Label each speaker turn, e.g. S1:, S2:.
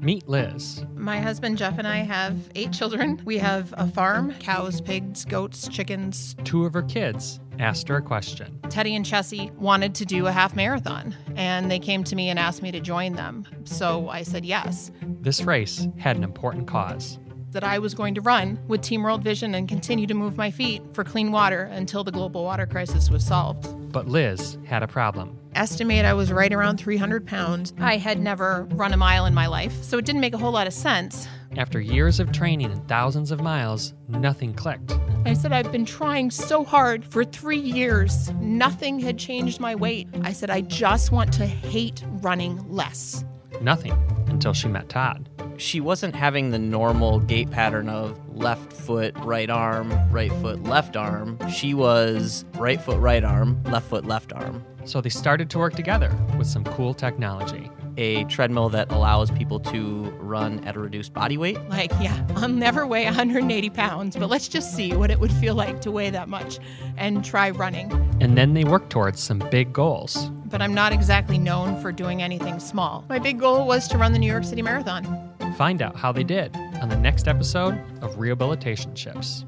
S1: Meet Liz.
S2: My husband Jeff and I have eight children. We have a farm cows, pigs, goats, chickens.
S1: Two of her kids asked her a question.
S2: Teddy and Chessie wanted to do a half marathon, and they came to me and asked me to join them. So I said yes,
S1: This race had an important cause.
S2: that I was going to run with Team World Vision and continue to move my feet for clean water until the global water crisis was solved.
S1: But Liz had a problem.
S2: estimate I was right around 300 pounds. I had never run a mile in my life, so it didn't make a whole lot of sense.
S1: After years of training and thousands of miles, nothing clicked.
S2: I said, I've been trying so hard for three years. Nothing had changed my weight. I said, I just want to hate running less.
S1: Nothing until she met Todd.
S3: She wasn't having the normal gait pattern of left foot, right arm, right foot, left arm. She was right foot, right arm, left foot, left arm.
S1: So they started to work together with some cool technology.
S3: A treadmill that allows people to run at a reduced body weight.
S2: Like, yeah, I'll never weigh 180 pounds, but let's just see what it would feel like to weigh that much and try running.
S1: And then they worked towards some big goals.
S2: But I'm not exactly known for doing anything small. My big goal was to run the New York City Marathon.
S1: Find out how they did on the next episode of Rehabilitation Ships.